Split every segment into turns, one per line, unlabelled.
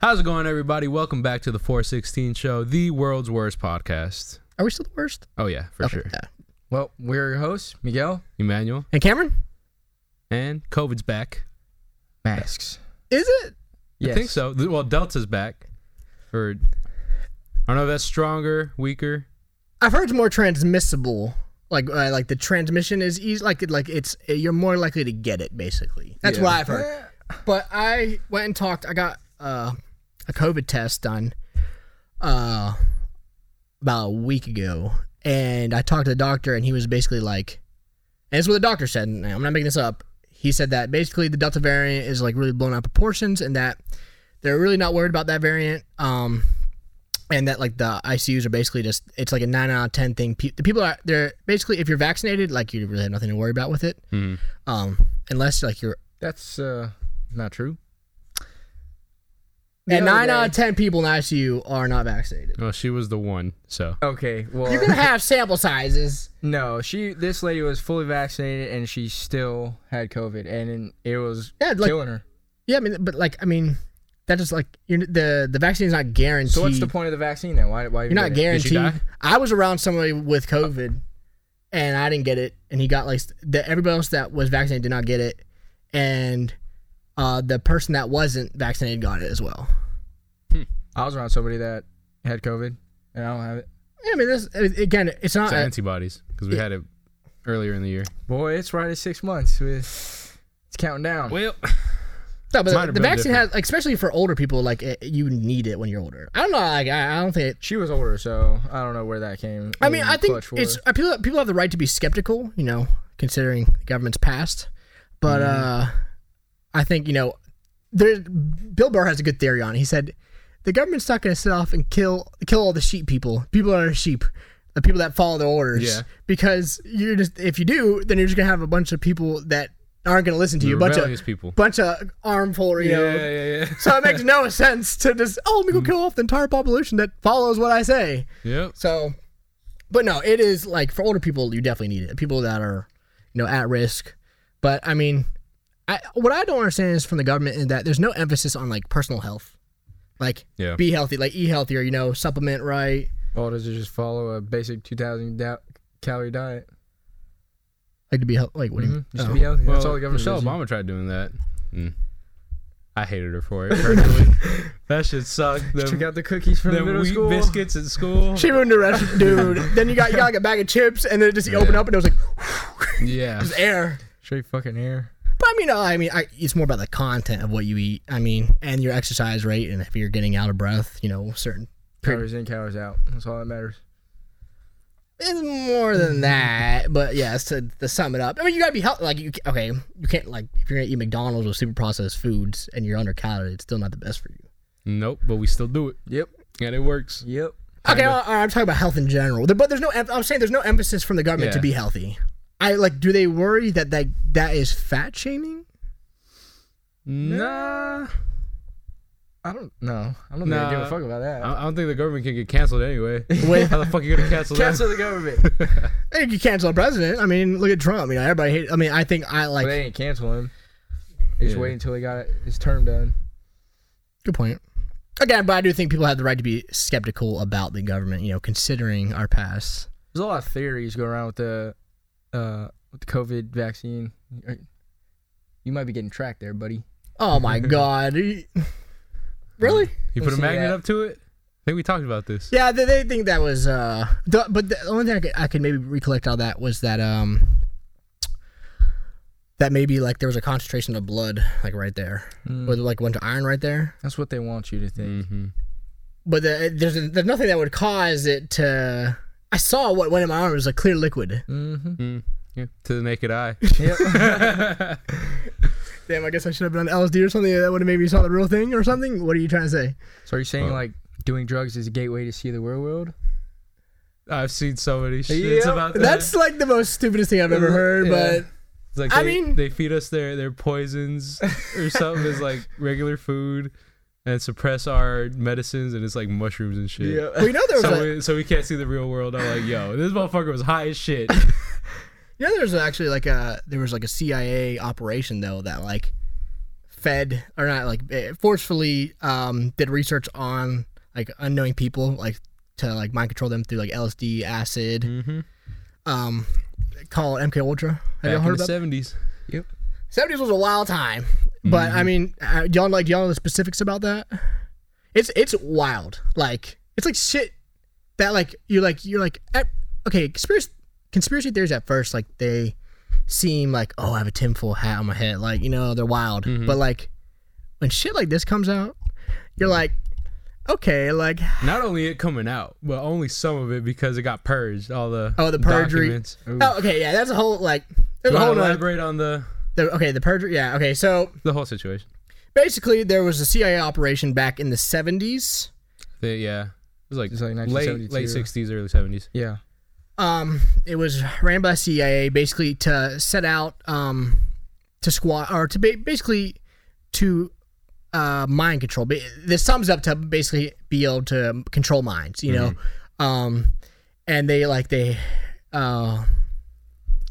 How's it going, everybody? Welcome back to the 416 Show, the world's worst podcast.
Are we still the worst?
Oh, yeah, for
Okay,
sure.
yeah.
Well, we're your hosts, Miguel.
Emmanuel,
And Cameron?
and COVID's back.
Masks.
Is it?
I think so. Th- Well, Delta's back. Or, I don't know if that's stronger, weaker.
I've heard it's more transmissible. Like uh, like the transmission is easy. Like it- like it's uh, you're more likely to get it basically. That's what I've heard. But I went and talked. I got uh, a COVID test done uh, about a week ago, and I talked to the doctor, and he was basically like, and this is what the doctor said. And I'm not making this up. He said that basically the Delta variant is like really blown out of proportions, and that they're really not worried about that variant. Um, and that like the ICUs are basically just it's like a nine out of ten thing. Pe- the people are they're basically if you're vaccinated, like you really have nothing to worry about with it,
Hmm.
um, unless like you're
That's uh, not true. The
and
other
nine
day-
out of ten people in ICU are not vaccinated.
Well, she was the one, so.
Okay, well,
You're gonna have sample sizes.
no. She, this lady was fully vaccinated, and she still had COVID, and in- it was
Yeah, like-
killing her.
Yeah, I mean, but like I mean, that is like you're, the the vaccine is not guaranteed.
So what's the point of the vaccine then? Why? why
You're not
Did she
guaranteed.
die?
I was around somebody with COVID, and I didn't get it, and he got like the everybody else that was vaccinated did not get it, and uh, the person that wasn't vaccinated got it as well.
I was around somebody that had COVID, and I don't have it.
Yeah, I mean, this again, it's not. uh,
It's antibodies, because we had it earlier in the year.
Boy, it's right at six months. We- It's counting down.
Well,
No,
Might
but
have
the
been
vaccine
different.
has, like, especially for older people, like it, you need it when you're older. I don't know. Like, I, I don't think. It,
She was older, so I don't know where that came.
I mean,
in
I think
clutch for.
it's uh, people. People have the right to be skeptical, you know, considering the government's past. But uh,
Mm-hmm.
I think you know, there. Bill Burr has a good theory on. it. He said the government's not going to sit off and kill kill all the sheep people. People that are sheep, the people that follow their orders.
Yeah.
Because you're just if you do, then you're just going to have a bunch of people that aren't going to listen to you. A bunch
rebellious
of
people.
bunch of armful, you know,
yeah, yeah.
So it makes no sense to just oh let me go kill off the entire population that follows what I say.
Yep.
So, but no, it is like for older people you definitely need it. People that are you know at risk. But I mean, I what I don't understand is from the government is that there's no emphasis on like personal health, like
Yeah.
be healthy, like eat healthier, you know, supplement right.
Well, does it just follow a basic two thousand da- calorie diet? Mm-hmm.
Like to be healthy, like what do you mean?
Just
Oh.
to be healthy.
Well,
That's all the government
Michelle
does.
Obama tried doing that. Mm. I hated her for it personally. that shit sucked. The,
Check out the cookies from the
the
middle
wheat
school.
biscuits at school.
She ruined the rest, dude. then you got you got like a bag of chips, and then just you open
Yeah.
up, and it was like
yeah.
there's air.
Straight fucking air.
But I mean, uh, I mean, I, it's more about the content of what you eat. I mean, and your exercise rate, and if you're getting out of breath, you know, certain.
Calories in, calories out. That's all that matters.
It's more than that, but yes, to, to sum it up, I mean, you gotta be healthy. Like you, ca- okay, you can't like if you're gonna eat McDonald's with super processed foods and you're under calorie, it's still not the best for you.
Nope, but we still do it.
Yep.
And it works.
Yep.
Okay, all right, I'm talking about health in general, There- but there's no. em- I'm saying there's no emphasis from the government to
Yeah.
be healthy. I like. Do they worry that that that is fat shaming?
Nah.
I don't know. I don't think I give
Nah. Uh,
a fuck about that.
I I don't think the government can get canceled anyway.
With
How the fuck are you gonna cancel that?
Cancel the government. but
I think you cancel a president. I mean, look at Trump. You know, everybody hate. I mean, I think I like.
they ain't cancel him. They just
Yeah.
wait until he got his term done.
Good point. Again, but I do think people have the right to be skeptical about the government, you know, considering our past.
There's a lot of theories going around with the uh with the COVID vaccine. You might be getting tracked there, buddy.
Oh my God. really?
You put a
Listen to
magnet
that.
up to it. I think we talked about this.
Yeah, they, they think that was. uh the, But the only thing I could, I could maybe recollect all that was that um that maybe like there was a concentration of blood like right there,
Hmm.
or like a bunch of iron right there.
That's what they want you to think.
Mm-hmm.
But the, there's there's nothing that would cause it to. I saw what went in my arm. It was like clear liquid.
Mm-hmm.
Mm. Yeah. To the naked eye.
Yep.
Damn, I guess I should have been on LSD or something. That would have maybe saw the real thing or something. What are you trying to say?
so are you saying
Well.
like doing drugs is a gateway to see the real world?
I've seen so many shits
Yep.
about that.
That's like the most stupidest thing I've ever heard,
Yeah.
but
It's like
I
they,
mean-
they feed us their their poisons or something is like regular food and suppress our medicines and it's like mushrooms and shit.
we know there was
So
a,
we, so we can't see the real world. I'm like, yo, this motherfucker was high as shit.
you know there was actually like a there was like a CIA operation though that like fed or not like eh, forcefully um, did research on like unknowing people like to like mind control them through like LSD, acid,
Mm-hmm.
um, call it MK Ultra. Have
Back
y'all heard
in the
about?
seventies. Yep.
Seventies was a wild time, but
Mm-hmm.
I mean, uh, y'all like y'all know the specifics about that. It's it's wild. Like it's like shit that like you're like you're like eh, okay conspiracy conspiracy theories at first like they seem like oh I have a tinfoil hat on my head like you know they're wild
Mm-hmm.
but like when shit like this comes out you're like okay like
Not only it coming out, but only some of it because it got purged. All the
Oh, the perjury.
documents. Ooh.
oh okay yeah that's a whole like
You
there's a
wanna
whole nother-
elaborate on the
the, okay the perjury yeah okay so
the whole situation.
basically there was a CIA operation back in the 70s
The- yeah, it was like,
It's like
late
1972.
late sixties, early seventies.
Yeah.
um, it was ran by CIA basically to set out um, to squat or to ba- basically to uh, mind control. Ba- This sums up to basically be able to control minds, you know. Um, and they like they uh,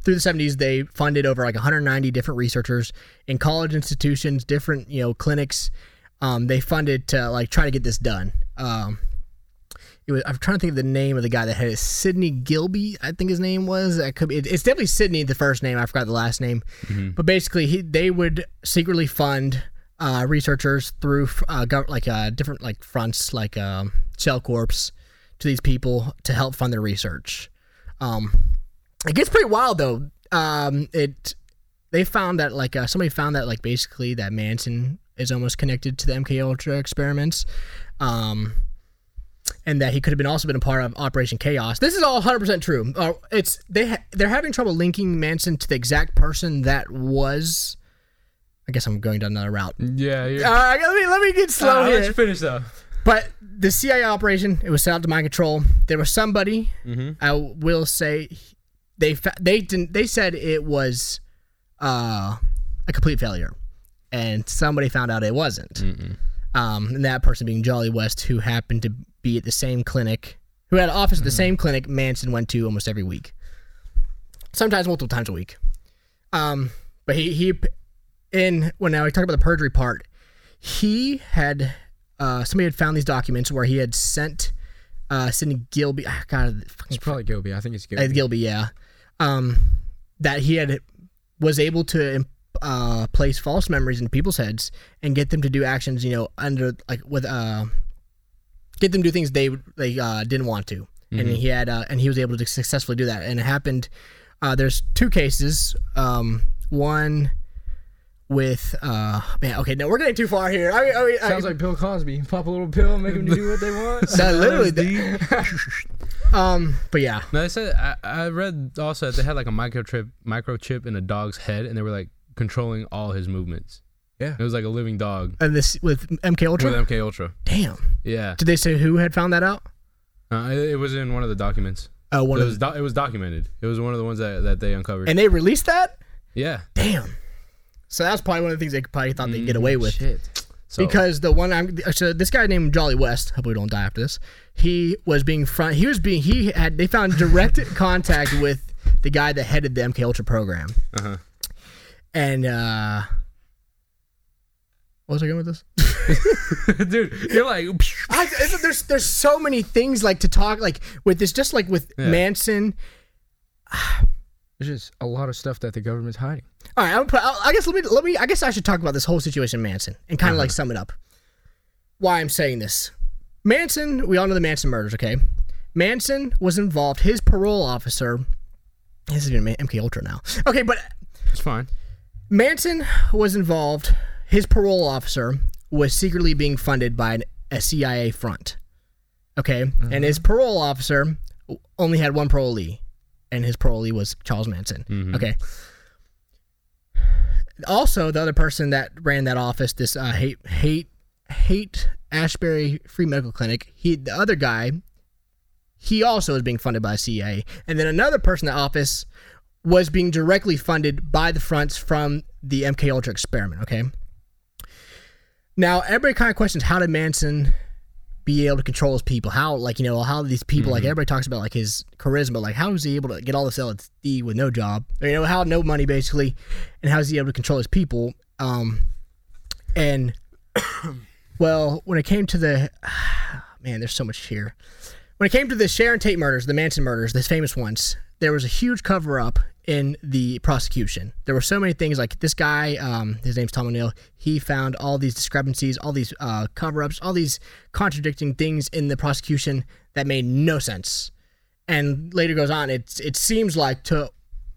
through the seventies they funded over like 190 different researchers in college institutions, different you know clinics. Um, they funded to like try to get this done. Um, it was, I'm trying to think of the name of the guy that had it. Sidney Gilby, I think his name was. That could be. it- it's definitely Sidney, the first name. I forgot the last name. But basically, he, they would secretly fund uh, researchers through uh, gov- like uh, different like fronts, like um, Shell Corps, to these people to help fund their research. Um, it gets pretty wild though. Um, it they found that like uh, somebody found that like basically that Manson is almost connected to the MK Ultra experiments. Um, and that he could have been also been a part of Operation Chaos. This is all 100% true. Uh, it's they ha- they're having trouble linking Manson to the exact person that was. I guess I'm going down another route.
Yeah, you're,
All right, Uh, let me let me get slow
Ah,
here.
let's finish though.
But the CIA operation, it was set out to mind control. There was somebody. I will say, they fa- they didn't. They said it was uh, a complete failure, and somebody found out it wasn't. Um, and that person being Jolly West, who happened to be at the same clinic, who had an office at the same clinic Manson went to almost every week, sometimes multiple times a week. Um, but he he, in when now we talk about the perjury part, he had uh, somebody had found these documents where he had sent uh, Sidney Gilby. ah, God, fucking
It's probably Gilby. I think it's Gilby.
Ed uh, Gilby, yeah, um, that he had was able to uh, place false memories into people's heads and get them to do actions, you know, under like with uh, get them to do things they they uh, didn't want to, and
Mm-hmm.
he had uh, and he was able to successfully do that, and it happened. Uh, there's two cases, um, one with uh, man, okay, no, we're getting too far here. I mean, I mean, I-
Sounds like Bill Cosby. Pop a little pill, make them do what they want.
that literally, um, but yeah,
No, they said I, I read also that they had like a microchip microchip in a dog's head, and they were like controlling all his movements.
Yeah.
it was like a living dog
and this with MK Ultra.
with MK Ultra.
Damn,
Yeah,
did they say who had found that out?
uh, it, it was in one of the documents.
Uh, one
It
of
was do- it was documented. It was one of the ones that, that they uncovered.
and they released that.
yeah,
Damn. So that's probably one of the things they probably thought they'd get away
Mm,
with
Shit.
so
because the one I'm so this guy named Jolly West. Hope we don't die after this. He was being front. He was being he had they found direct contact with the guy that headed the MK Ultra program.
Uh-huh.
And uh, what was I going with this?
dude, you're like
I, it's- there's there's so many things like to talk like with this just like with
Yeah.
Manson.
There's just a lot of stuff that the government's hiding.
All right, I'm put, I'll- I guess let me let me. I guess I should talk about this whole situation, Manson, and kind of like sum it up. Why I'm saying this, Manson. We all know the Manson murders, okay? Manson was involved. His parole officer. This is gonna be MK Ultra now. Okay, but
it's fine.
Manson was involved. His parole officer was secretly being funded by an, a CIA front. Okay, and his parole officer only had one parolee, and his parolee was Charles Manson. Okay. Also, the other person that ran that office, this uh, hate hate hate Ashbury Free Medical Clinic, he the other guy, he also was being funded by CIA, and then another person in the office was being directly funded by the fronts from the MK Ultra experiment. Okay. Now everybody kind of questions how did Manson be able to control his people? How like you know how these people like everybody talks about like his charisma, like how is he able to get all this LSD with no job? Or, you know how no money basically, and how is he able to control his people? Um, And well, when it came to the man, there's so much here. When it came to the Sharon Tate murders, the Manson murders, the famous ones, there was a huge cover up in the prosecution. There were so many things like this guy, um, his name's Tom O'Neill, he found all these discrepancies, all these uh, cover ups, all these contradicting things in the prosecution that made no sense. And later goes on, it, it seems like, to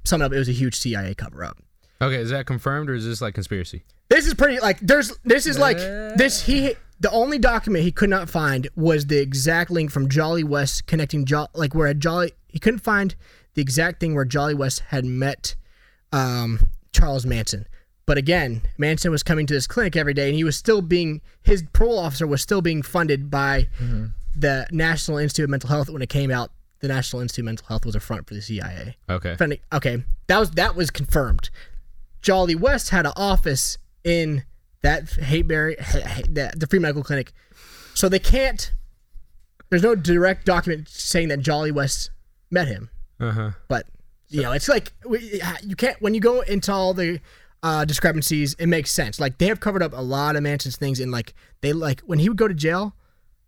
sum it up, it was a huge CIA cover up.
Okay, is that confirmed or is this like conspiracy?
This is pretty like there's this is like this he the only document he could not find was the exact link from Jolly West connecting jo- like where Jolly he couldn't find the exact thing where Jolly West had met um, Charles Manson. But again, Manson was coming to this clinic every day, and he was still being his parole officer was still being funded by the National Institute of Mental Health. When it came out, the National Institute of Mental Health was a front for the CIA.
Okay.
Friendly- okay, that was that was confirmed. Jolly West had an office in that Hateberry, the, the Free Medical Clinic, so they can't. There's no direct document saying that Jolly West met him,
Uh huh.
but you know it's like we- you can't when you go into all the uh, discrepancies, it makes sense. Like they have covered up a lot of Manson's things, and like they like when he would go to jail,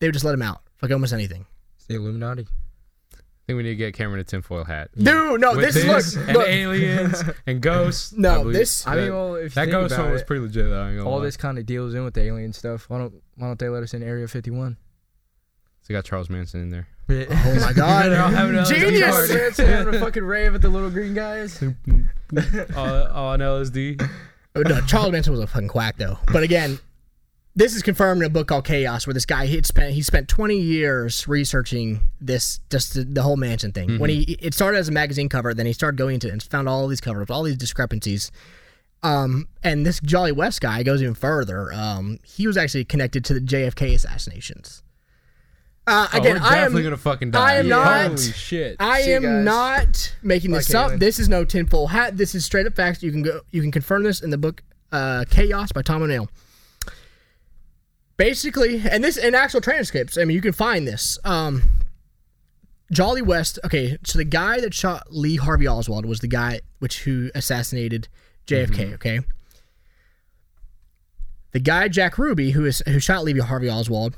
they would just let him out for like almost anything.
It's the Illuminati.
I think we need to get Cameron a tinfoil hat.
Dude, no,
With
this, is look,
and
look
aliens and ghosts.
No,
I believe
this-
That,
I mean, well, if you
that
think
ghost
about
one was
it,
pretty legit. Though, I ain't gonna
all
lie.
this kind of deals in with the alien stuff. Why don't Why don't they let us in Area 51?
They got Charles Manson in there.
oh my
They're all having an
god,
LSD
genius.
party.
having a fucking rave with the little green guys.
all, all Uh, on LSD.
Oh, no, Charles Manson was a fucking quack though. But again, this is confirmed in a book called Chaos, where this guy he spent he spent 20 years researching this just the, the whole Manson thing. When he it started as a magazine cover, then he started going into it and found all these cover ups, all these discrepancies. Um, and this Jolly West guy goes even further. Um, he was actually connected to the JFK assassinations. Uh,
Oh,
again,
we're
I am
definitely gonna fucking die.
I am not-
Holy shit.
I
See you
am
guys.
not making this
Bye,
up.
Caitlin.
This is no tinfoil hat. This is straight up facts. You can go. You can confirm this in the book uh, "Chaos" by Tom O'Neill. Basically, and this in actual transcripts. I mean, you can find this. Um, Jolly West. Okay, so the guy that shot Lee Harvey Oswald was the guy which who assassinated JFK.
Mm-hmm.
Okay. The guy Jack Ruby who is who shot Lee Harvey Oswald,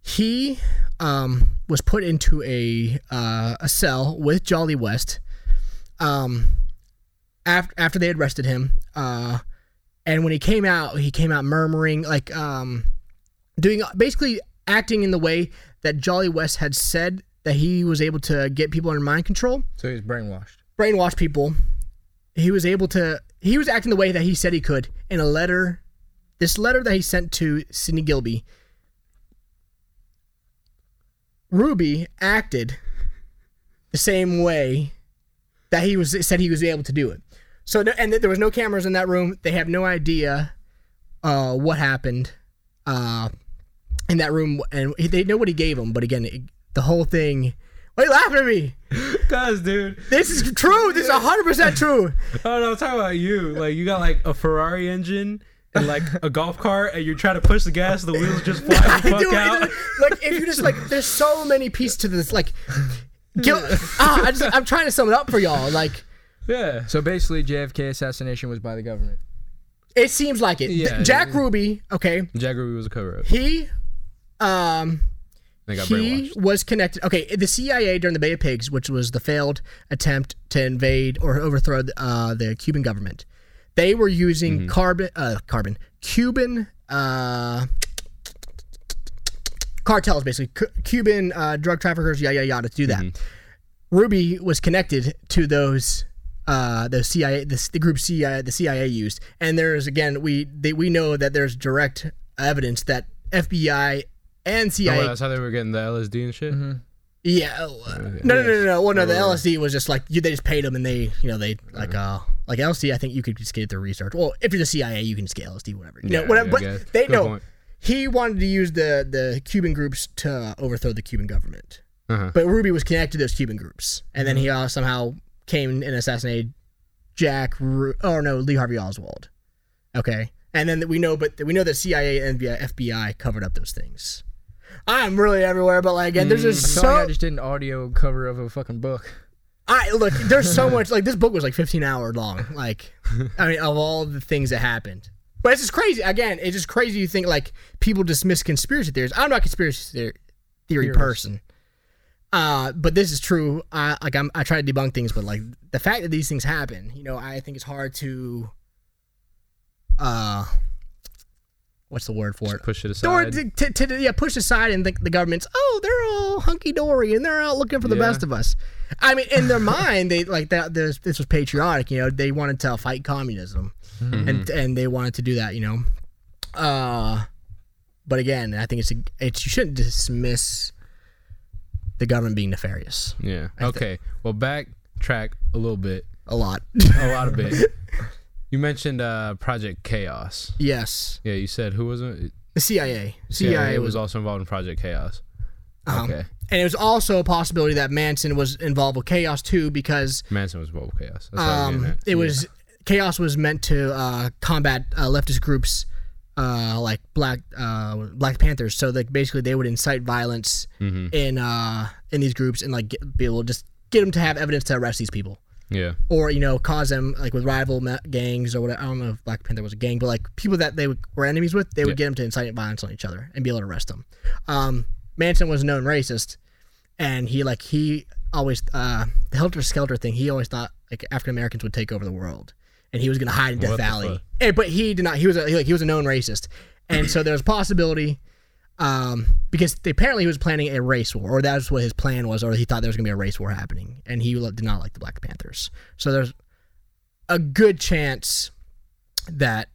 he um, was put into a uh, a cell with Jolly West. Um, after after they had arrested him, uh, and when he came out, he came out murmuring like um, doing basically acting in the way that Jolly West had said that he was able to get people under mind control
So he's brainwashed.
brainwash people. He was able to. He was acting the way that he said he could in a letter. This letter that he sent to Sidney Gilby. Ruby acted the same way that he was said he was able to do it. So no- and there was no cameras in that room. They have no idea uh, what happened uh, in that room, and they know what he gave them. But again, it, the whole thing. Why are you laughing at me?
Cause, dude,
This is true. This is hundred percent true.
I don't know. I'm talking about you. Like, you got like a Ferrari engine and like a golf cart, and you're trying to push the gas, the wheels just fly the fuck
Dude,
out.
like if you just like, there's so many pieces to this. Like, guilt. ah, I just, I'm trying to sum it up for y'all. Like,
Yeah.
So basically, JFK assassination was by the government.
it seems like it.
Yeah,
Jack
yeah.
Ruby. Okay,
Jack Ruby was a cover up.
he, um,
They got
he
brainwashed.
was connected. Okay, the CIA during the Bay of Pigs, which was the failed attempt to invade or overthrow the, uh, the Cuban government, they were using
Mm-hmm.
carbon, uh, carbon, Cuban uh, cartels, basically C- Cuban uh, drug traffickers, yada yada yada, to do that.
Mm-hmm.
Ruby was connected to those. Uh, the CIA, the, the group CIA, the CIA used, and there's again we they, we know that there's direct evidence that FBI and
Oh,
CIA
wait, that's how they were getting the LSD and shit.
yeah. oh, uh, No, no, no, no, no. Well, no, the LSD was just like you, they just paid them, and they, you know, they like uh like LSD. I think you could just get it through research. Well, if you're the CIA, you can just get LSD, whatever. You know,
Yeah,
whatever.
I
But
guess.
they
Good
know
point.
he wanted to use the the Cuban groups to overthrow the Cuban government.
Uh-huh.
But Ruby was connected to those Cuban groups, and then he uh, somehow came and assassinated Jack. Ru- oh no, Lee Harvey Oswald. Okay, and then that we know, but we know that CIA and the FBI covered up those things. I'm really everywhere, but like, and there's
Mm,
just
So,
so
I just did an audio cover of a fucking book.
I look, there's so much like this book was like 15 hour long. Like, I mean, of all the things that happened, But it's just crazy. Again, it's just crazy. You think like people dismiss conspiracy theories. I'm not a conspiracy theory, theory
Theorist.
person. Uh, but this is true. I like I'm, I try to debunk things, but like the fact that these things happen, you know, I think it's hard to. Uh, what's the word for it?
Just push it
Or
aside.
to, to, to- yeah, push aside and think the government's oh they're all hunky dory and they're out looking for the
Yeah.
best of us. I mean, in their mind, they like that. This, this was patriotic, you know. They wanted to fight communism,
Mm-hmm.
and and they wanted to do that, you know. Uh, but again, I think it's a, it's you shouldn't dismiss the government being nefarious
yeah. Okay. Well, backtrack a little bit.
a lot.
A lot of bit. You mentioned uh, Project Chaos.
yes,
Yeah, you said who was it?
the CIA, CIA,
CIA
was,
was also involved in Project Chaos.
Uh-huh.
Okay.
and it was also a possibility that Manson was involved with chaos too because
Manson was involved with Chaos. That's what I was
um,
getting at.
it was chaos was meant to uh, combat uh, leftist groups uh, like black uh, Black Panthers. So like basically they would incite violence in uh, in these groups and like get, be able to just get them to have evidence to arrest these people
Yeah.
or you know cause them like with rival ma- gangs or whatever. I don't know if Black Panther was a gang, but like people that they would, were enemies with, they would get them to incite violence on each other and be able to arrest them. Um, Manson was a known racist, and he like he always uh, the Helter Skelter thing. He always thought like African Americans would take over the world, and he was gonna hide in Death
What the
Valley.
fuck?
And, but he did not. He was a, he, like he was a known racist, and so there was a possibility. Um, because they, apparently he was planning a race war, or that was what his plan was, or he thought there was gonna be a race war happening, and he lo- did not like the Black Panthers. So there's a good chance that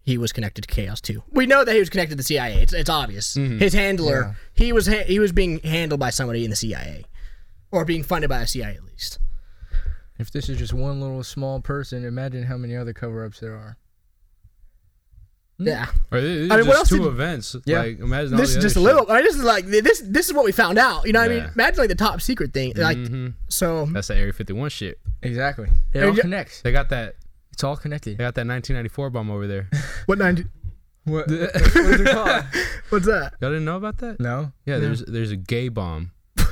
he was connected to Chaos too. We know that he was connected to the CIA. It's, it's obvious. His handler, he was ha- he was being handled by somebody in the CIA, or being funded by the CIA at least.
If this is just one little small person, imagine how many other cover-ups there are.
Yeah,
Or it,
I mean,
just
what else
two
did-
events.
Yeah.
Like imagine all
this
the
is just a
other
little. I mean, this is like this. This is what we found out. You know, what I
Yeah.
mean, imagine like the top secret thing. Like
shit. Mhm.
so,
That's the Area 51 shit.
Exactly. It
And
all
ju-
connects.
They got that.
It's all connected.
They got that 1994 bomb over there.
what nine?
What, what is it called?
What's that?
Y'all didn't know about that?
No.
Yeah, there's there's a gay bomb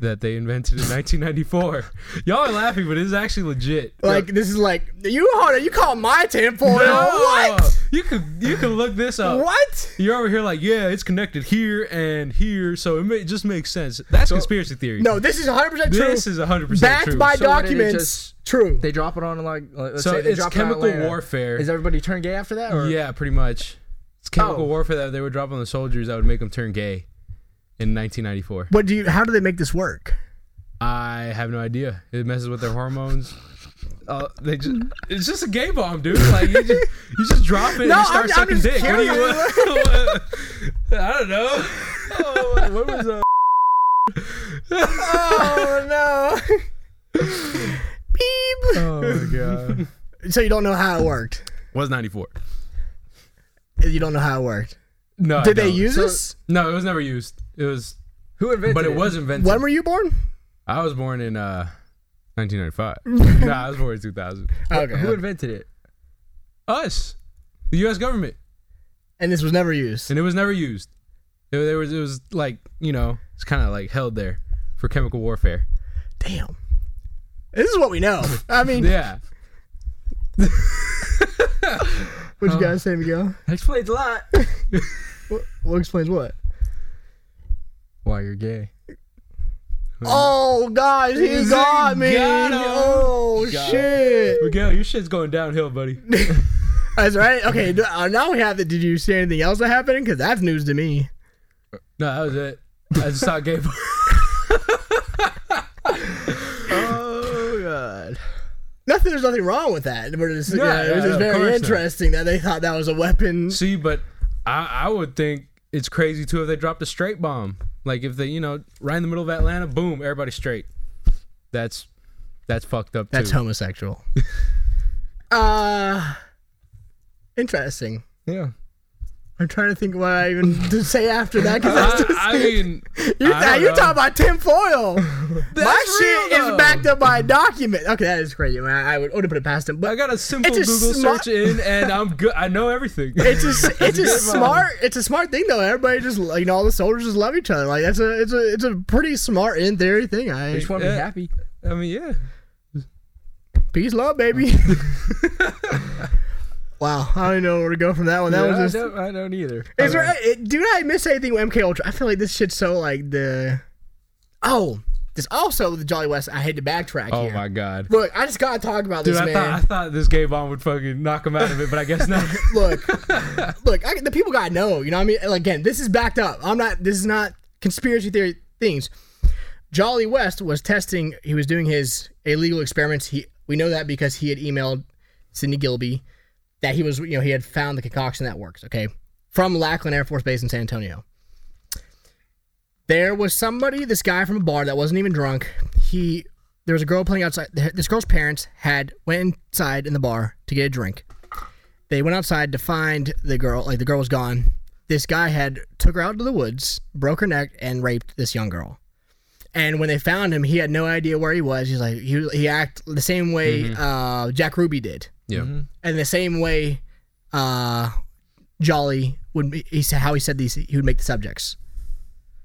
that they invented in 1994. Y'all are laughing, but it's actually legit.
Like this is like you hold on, you call my tinfoil? What?
Oh, You could you could look this up.
What?
You're over here like, yeah, it's connected here and here, so it, may, it just makes sense. That's conspiracy theory.
No, this is 100 percent true.
this is 100 percent
backed
true.
by
So what did it
documents.
just-
true.
They drop it on like let's
so
say they
it's
drop it on
chemical
Atlanta.
warfare.
Is everybody turned gay after that? Or?
yeah, pretty much. It's chemical
Oh.
warfare that they would drop on the soldiers that would make them turn gay in 1994.
what do you? How do they make this work?
I have no idea. It messes with their hormones. Uh, they just, it's just a gay bomb, dude. Like you just, you just drop it
No,
and you start
I'm- I'm
sucking
just
dick. What do you
curious.
want? I don't know. Oh, what was uh,
oh no. Beep.
Oh my god.
So you don't know how it worked.
was 94.
You don't know how it worked.
No. I
Did they
don't.
use
So-
this?
No, it was never used. It was
Who invented
but it
it?
was invented.
When were you born?
I was born in uh 1995. no, I was born in 2000.
Okay.
Who invented it?
Us. The US government.
and this was never used.
and it was never used. It, there was it was like you know it's kind of like held there for chemical warfare.
Damn. This is what we know. I mean,
Yeah,
what you guys say, Miguel?
That explains a lot.
What, what explains what?
Why you're gay.
Oh, guys, he
He
got me.
got him.
oh, shit.
Miguel, your shit's going downhill, buddy.
That's right. Okay, d- uh, now we have it. Did you see anything else that happened? Because that's news to me.
No, that was it. I just saw gay.
Oh god.
Nothing. There's nothing wrong with that. But it's,
No,
yeah, it
no,
was just
of course
very
not.
interesting that they thought that was a weapon.
See, but I I would think it's crazy too if they dropped a straight bomb. Like if they you know right in the middle of Atlanta, boom, everybody straight. That's that's fucked up.
That's
too.
homosexual. uh interesting.
Yeah.
I'm trying to think what I even to say after that because that's
I,
just,
I mean,
you're,
I don't
you're
know.
talking about tinfoil. My
That's
shit
real,
is
though.
backed up by a document. Okay, that is crazy. Man, I would I would put it past him,
I
but
got a simple
It's a
Google
sma-
search in, and I'm good. I know everything.
it's just it's
good
just
one.
smart. It's a smart thing though. Everybody just lo- you know all the soldiers just love each other. Like that's a it's a it's a pretty smart in theory thing. I
Just want to be
Yeah.
happy.
I mean, yeah.
peace love baby. Wow, I don't even know where to go from that one. That
I,
was just.
don't, I don't either.
Is there? eh, Did I miss anything with MK Ultra? I feel like this shit's so like the. Oh, this also the Jolly West. I had to backtrack
Oh
here.
my god.
Look, I just gotta talk about
Dude,
this
I
man.
thought I thought this gay bomb would fucking knock him out of it, but I guess not.
look, look, I, the people gotta know. You know what I mean? And Again, this is backed up. I'm not. This is not conspiracy theory things. Jolly West was testing. He was doing his illegal experiments. He we know that because he had emailed Sidney Gilby that he was. You know, he had found the concoction that works. Okay, from Lackland Air Force Base in San Antonio. There was somebody, this guy from a bar that wasn't even drunk. He there was a girl playing outside. This girl's parents had went inside in the bar to get a drink they went outside to find the girl like the girl was gone this guy had took her out to the woods broke her neck and raped this young girl and when they found him he had no idea where he was he's like he, he act the same way
Mm-hmm.
uh, jack ruby did
Yeah.
and the same way uh, jolly would be- he said how he said these he would make the subjects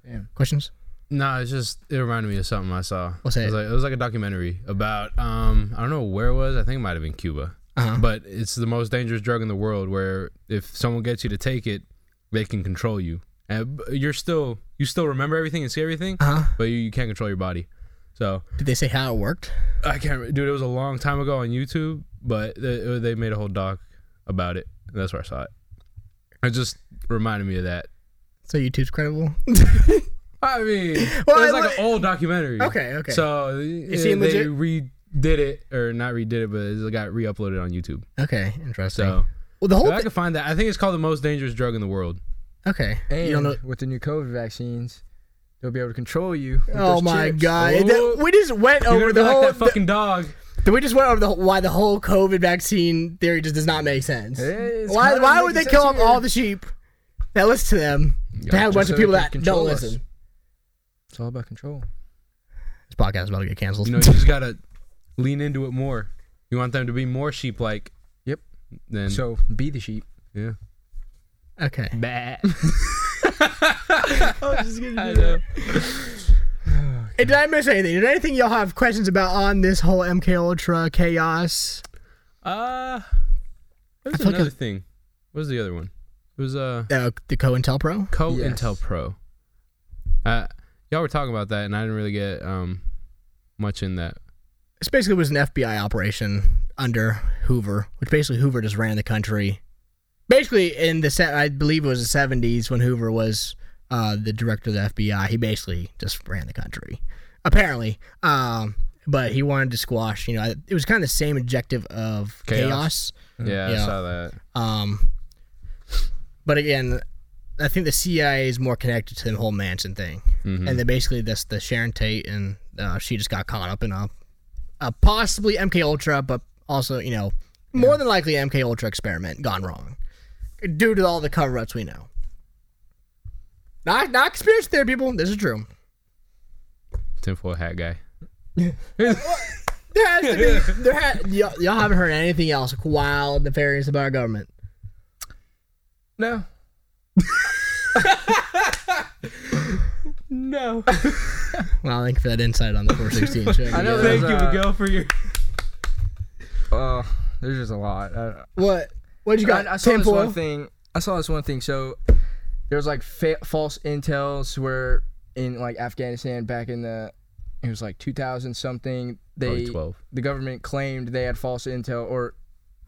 Damn.
questions
No, it's just it reminded me of something I saw.
What's that?
It was like, it was like a documentary about um I don't know where it was. I think it might have been Cuba.
Uh-huh.
But it's the most dangerous drug in the world. Where if someone gets you to take it, they can control you, and b- you're still you still remember everything and see everything,
Uh-huh.
but you, you can't control your body. So
did they say how it worked
I can't, re- dude. It was a long time ago on YouTube, but they, uh, they made a whole doc about it. and that's where I saw it. It just reminded me of that.
so youtube's credible
I mean,
Well,
it
I
was like
like-
an old documentary.
Okay, okay.
So you
see
they
it legit?
redid it or not redid it, but it got re-uploaded on YouTube.
okay interesting
So
well the whole
if I
thing
can find that. I think it's called the most dangerous drug in the world.
okay
And
you don't know
with the new COVID vaccines, they'll be able to control you. with
Oh
those
my
chips.
god!
Whoa.
That- we just went
You're
over
gonna be
Oh, the
like that
whole.
fucking dog.
th- we just went over the whole, why the whole COVID vaccine theory just does not make sense.
It's
why?
kinda
Why would they
making
kill
sense
off all
here.
the sheep that listen to them? They have a
Gotcha.
bunch
So
of
they
people
can
that don't
control us.
listen.
It's all about control.
This podcast is about to get canceled.
You know, you just gotta lean into it more. You want them to be more sheep-like.
Yep.
Then
So be the sheep.
yeah.
okay.
Bat.
Hey, did I miss anything? Did anything y'all have questions about on this whole MK Ultra chaos?
Uh, there's
feel like
another
I-
thing. What was the other one? It was uh
Uh, the COINTELPRO.
Co
Yes.
Intel Pro. Uh, y'all were talking about that, and I didn't really get um much in that.
This basically was an FBI operation under Hoover, which basically Hoover just ran the country. Basically, in the se- I believe it was the seventies when Hoover was uh, the director of the FBI. He basically just ran the country, apparently. Um, but he wanted to squash. You know, it was kind of the same objective of chaos.
Chaos. Yeah,
Mm, Yeah.
I saw that.
Um, but again, I think the CIA is more connected to the whole Manson thing, and then basically this the Sharon Tate and uh, she just got caught up in a, a possibly MK Ultra, but also you know more than likely MK Ultra experiment gone wrong due to all the cover ups we know. Not not conspiracy theory, people. This is true.
Tinfoil hat guy.
There has to be. There ha- y'all, y'all haven't heard anything else wild, nefarious about our government.
No. no.
Well, thank you for that insight on the 416. show.
I know
Yeah.
that- Thank you, uh,
Miguel, for your.
Oh, there's just a lot. I,
What? What'd you got?
I, I saw this
Tinfoil?
one thing. I saw this one thing. So there's like fa- false intels where in like Afghanistan back in the it was like 2000 something. They
Probably 12.
the government claimed they had false intel or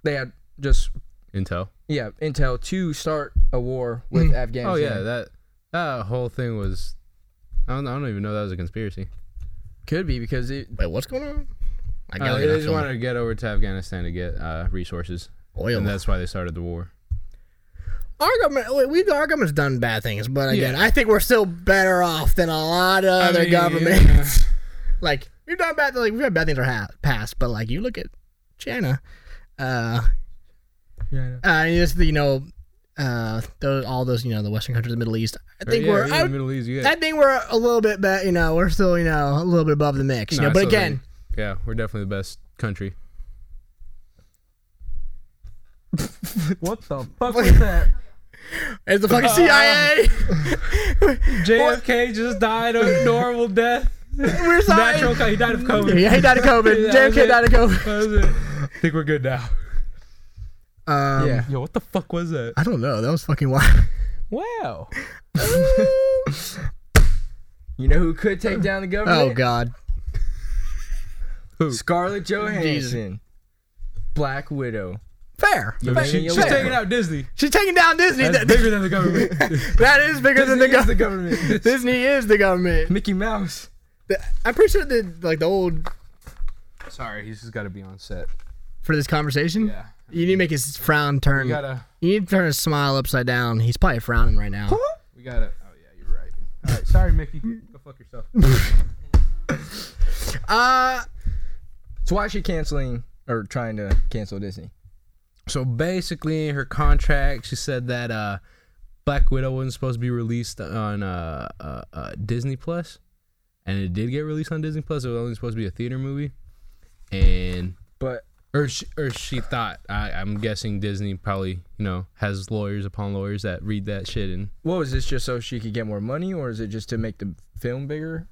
they had just
Intel.
yeah intel to start a war with Afghanistan.
Oh yeah, that that whole thing was. I don't, I don't even know that was a conspiracy.
could be because it,
Wait, what's going on? I
Uh,
got
they just wanted to get over to Afghanistan to get uh, resources,
oil.
and that's why they started the war.
our government, wait, we our government's done bad things, but again,
Yeah.
I think we're still better off than a lot of other
mean,
governments. like we've done bad, like we've had bad things in our ha- past, but like you look at China, uh,
yeah,
uh, and just the, you know, uh, those, all those you know, the Western countries, the Middle East. I think
yeah,
we're,
even
I,
the Middle East. Yeah,
I think we're a little bit better. You know, we're still you know a little bit above the mix. You
No,
know, but
so they-
again,
yeah, we're definitely the best country.
what the fuck was that?
it's the fucking CIA.
JFK just died a normal death.
we're sorry.
Natural. He died of COVID.
Yeah, he died of COVID.
that was
JFK
it.
died of COVID.
That was it. I think we're good now.
Uh,
Um,
Yeah.
Yo, what the fuck was that?
I don't know. That was fucking wild.
Wow. you know who could take down the
Oh
government?
God.
Who?
Scarlett Johansson. Black Widow.
Fair.
I mean,
Fair.
she- she's
Fair.
taking out Disney.
She's taking down Disney.
That's
That-
bigger than the government.
that is bigger than the,
Disney is
government.
government.
Disney is the government.
Mickey Mouse.
The- I'm pretty sure that like the old
Sorry, he's just got to be on set.
for this conversation.
Yeah.
You need to make his frown turn.
We gotta.
you need to turn his smile upside down. He's probably frowning right now.
We gotta. Oh yeah, you're right. All right. Sorry, Mickey. Go fuck yourself.
Uh,
So why is she canceling or trying to cancel Disney?
So basically, in her contract, she said that uh, Black Widow wasn't supposed to be released on uh, uh, uh, Disney Plus, and it did get released on Disney Plus. It was only supposed to be a theater movie, and
But
or she, or she thought. I, I'm guessing Disney probably you know has lawyers upon lawyers that read that shit and
what was this just so she could get more money or is it just to make the film bigger?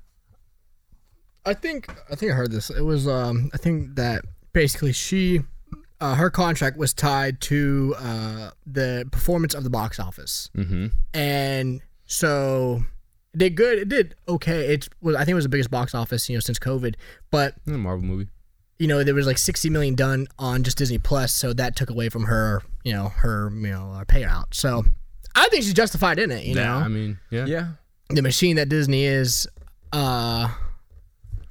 I think I think I heard this. It was um I think that basically she uh, her contract was tied to uh, the performance of the box office,
mm-hmm.
and so it did good. It did okay. It was I think it was the biggest box office you know since COVID, but
a Marvel movie.
you know there was like 60 million done on just disney plus so that took away from her you know her you know uh, payout so i think she's justified in it you know
I mean, yeah.
Yeah.
the machine that disney is uh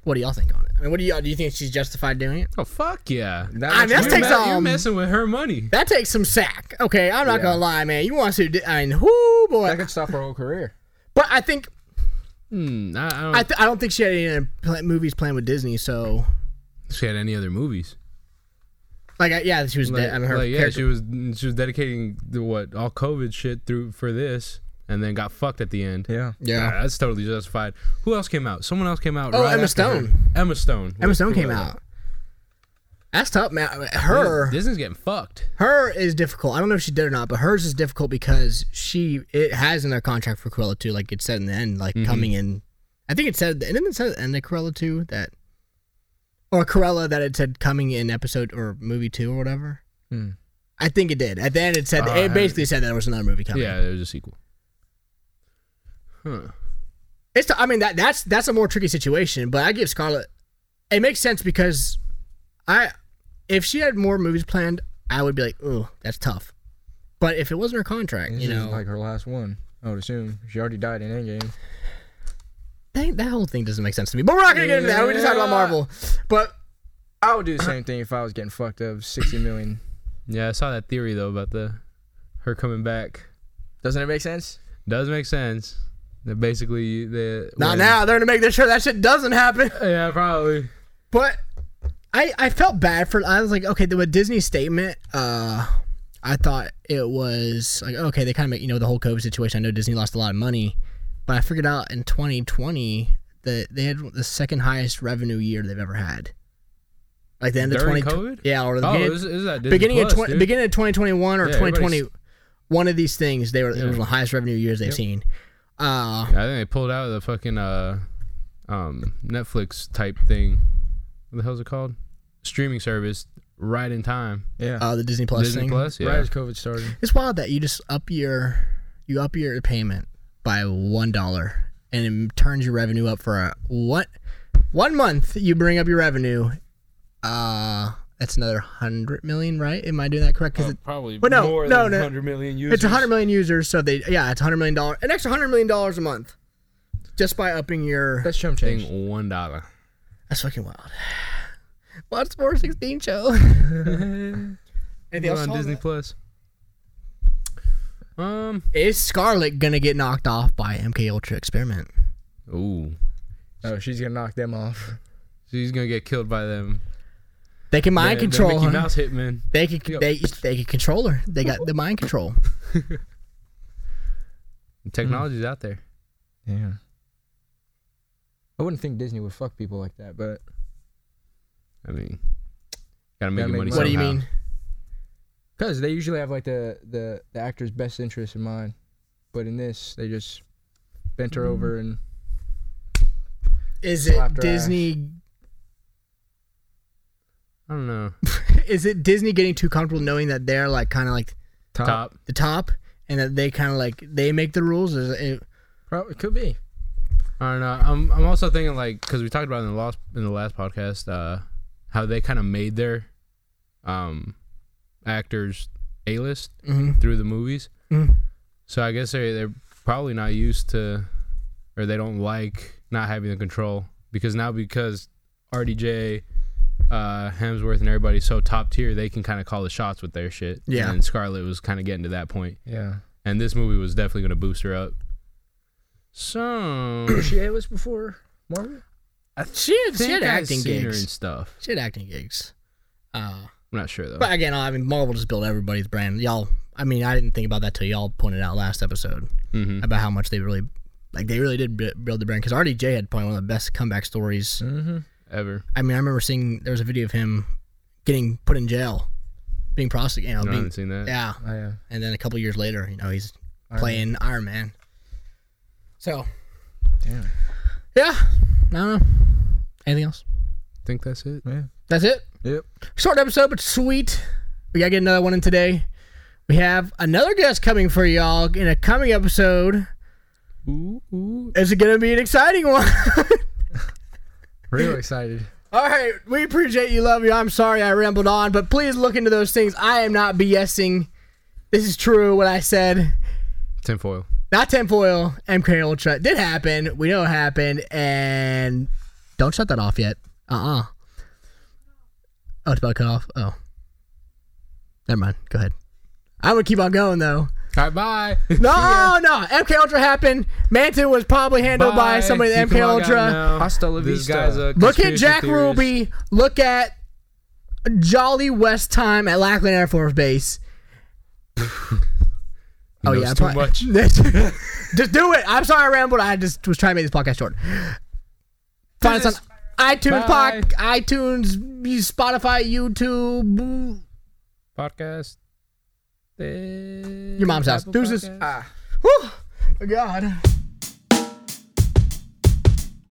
what do y'all think on it i mean what do y'all do you think she's justified doing it
Oh fuck yeah!
That
I
much
mean, that's
money?
You're
takes
me- You're
um,
messing with her money.
that takes some sack okay i'm not
Yeah.
gonna lie man you want to do- i mean whoo boy
that could stop her whole career.
but i think
Hmm, I, I don't.
I, th- I don't think she had any other pla- movies planned with disney so
think she had any other movies.
like I, yeah she was
Like,
dead i mean her
like, yeah,
character
she was she was dedicating the what all COVID shit through for this, and then got fucked at the end.
Yeah.
yeah
Nah, that's totally justified. Who else came out? Someone else came out.
Oh,
right
Emma
after her.
Stone.
Emma Stone.
emma
What-
stone
who
came
was that?
out that's tough man her
Disney's getting fucked.
Her is difficult. I don't know if she did or not, but hers is difficult because she it has in their contract for Cruella too. Like it said in the end, like
Mm-hmm.
coming in. I think it said and then it said in the Cruella two that, or Cruella that it said coming in episode or movie two or whatever.
Hmm.
I think it did. At the end, it said
Uh, I
it basically said that there was another movie coming.
Yeah, there's a sequel. Huh.
It's. t- I mean that that's that's a more tricky situation, but I give Scarlett. It makes sense because, I, if she had more movies planned, I would be like, ooh, that's tough. But if it wasn't her contract,
This
you
is
know,
like her last one. I would assume she already died in Endgame.
that, that whole thing doesn't make sense to me. But we're not gonna get into that. We just talked about
Yeah.
Marvel. But
I would do the same thing if I was getting fucked up. Sixty million.
Yeah, I saw that theory though about the her coming back.
Doesn't it make sense?
Does make sense. That basically the
not now. They're gonna make this sure that shit doesn't happen.
Yeah, probably.
But I I felt bad for. I was like, okay, the Disney statement. Uh, I thought it was like, okay, they kind of make you know the whole COVID situation. I know Disney lost a lot of money, but I figured out in 2020 that they had the second highest revenue year they've ever had. Like the end of
During
20
COVID?
yeah, or the
Oh,
beginning,
is, is that Disney
beginning
Plus,
of 20,
dude?
beginning of 2021 or
Yeah,
2020
everybody's-
one of these things they were it
Yeah.
was the highest revenue years they've seen uh
I think they pulled out of the fucking uh, um, Netflix type thing. What the hell's it called? Streaming service. Right in time.
Yeah.
uh the disney plus
Disney
thing
Plus. Yeah.
Right as COVID started.
it's wild that you just up your you up your payment by one dollar and it turns your revenue up for a what one month you bring up your revenue uh that's another hundred million right am i doing that correct 'Cause it-
probably
But no, more no, than no. 100
hundred million users.
it's a hundred million Oh, users so they yeah it's a hundred million dollar an extra hundred million dollars a month just by upping your
That's chump change.
Thing one dollar.
That's fucking wild. Watch the 416 show. Anything else
on
on
Disney
that?
Plus. Um.
Is Scarlet gonna get knocked off by MK Ultra Experiment?
Ooh.
Oh, she's gonna knock them off.
She's gonna get killed by them.
They can mind
the, The
control
Mickey
her.
Mouse hitman.
They can
Yo.
they they can control her. They got the mind control. Mm-hmm.
Technology's out there.
Yeah. I wouldn't think Disney would fuck people like that, but
I mean, gotta make
Gotta
your money.
make money.
What do you
somehow.
mean?
because they usually have like the the the actor's best interest in mind, but in this they just bent her over and
Is it
Slapped her
Disney?
I don't know.
is it Disney getting too comfortable knowing that they're like kind of like
Top.
Top.
the top and that they kind of like they make the rules? Is it,
Probably could be.
I don't know. uh, I'm I'm also thinking like because we talked about in the last in the last podcast uh, how they kind of made their um, actors a list
Mhm.
through the movies.
Mm-hmm.
Mhm.
So I guess they they're probably not used to or they don't like not having the control because now because RDJ, uh, Hemsworth, and everybody's so top tier, they can kind of call the shots with their shit.
Yeah.
and Scarlett was kind of getting to that point,
Yeah.
and this movie was definitely going to boost her up. So.
Was she A list before Marvel?
she had, she
think I've
had acting
seen her and
gigs.
stuff.
She had acting gigs. Uh,
I'm not sure though.
but again, I mean, Marvel just built everybody's brand. Y'all, I mean, I didn't think about that till y'all pointed out last episode
Mm-hmm.
Mhm.
about how much they really, like, they really did bu- build the brand because RDJ had probably one of the best comeback stories.
Mm-hmm.
Ever.
I mean, I remember seeing there was a video of him getting put in jail, being prosecuted. You know,
No, I
being,
haven't seen that.
yeah,
Oh, yeah.
and then a couple years later, you know, he's
Iron
playing Iron Man. So
Damn.
yeah, I don't know. Anything else?
Think that's it.
Yeah.
That's it.
Yep.
Short episode, but sweet. We gotta get another one in today. We have another guest coming for y'all in a coming episode.
Ooh, ooh.
It's gonna be an exciting one.
Real excited.
All right, we appreciate you, love you. I'm sorry I rambled on, but please look into those things. I am not BSing. This is true. What I said.
Tinfoil.
not tinfoil, MK Ultra did happen. We know it happened, and don't shut that off yet. Uh uh Oh, it's about to cut off. Oh, never mind. Go ahead. I'm gonna keep on going though.
All right, bye.
No, no. MK Ultra happened. Manton was probably handled by somebody at MK Ultra.
Hasta la
This
vista.
guy's a
Look at
conspiracy
Jack
theorist.
Ruby. Look at Jolly West time at Lackland Air Force Base.
He knows
I
too
probably-
much.
just do it. I'm sorry I rambled. I just was trying to make this podcast short. Find us on iTunes,
Bye.
Pod, iTunes, Spotify, YouTube.
Podcast. Your
mom's house. Deuces. Uh,
Podcast.
Whew. God.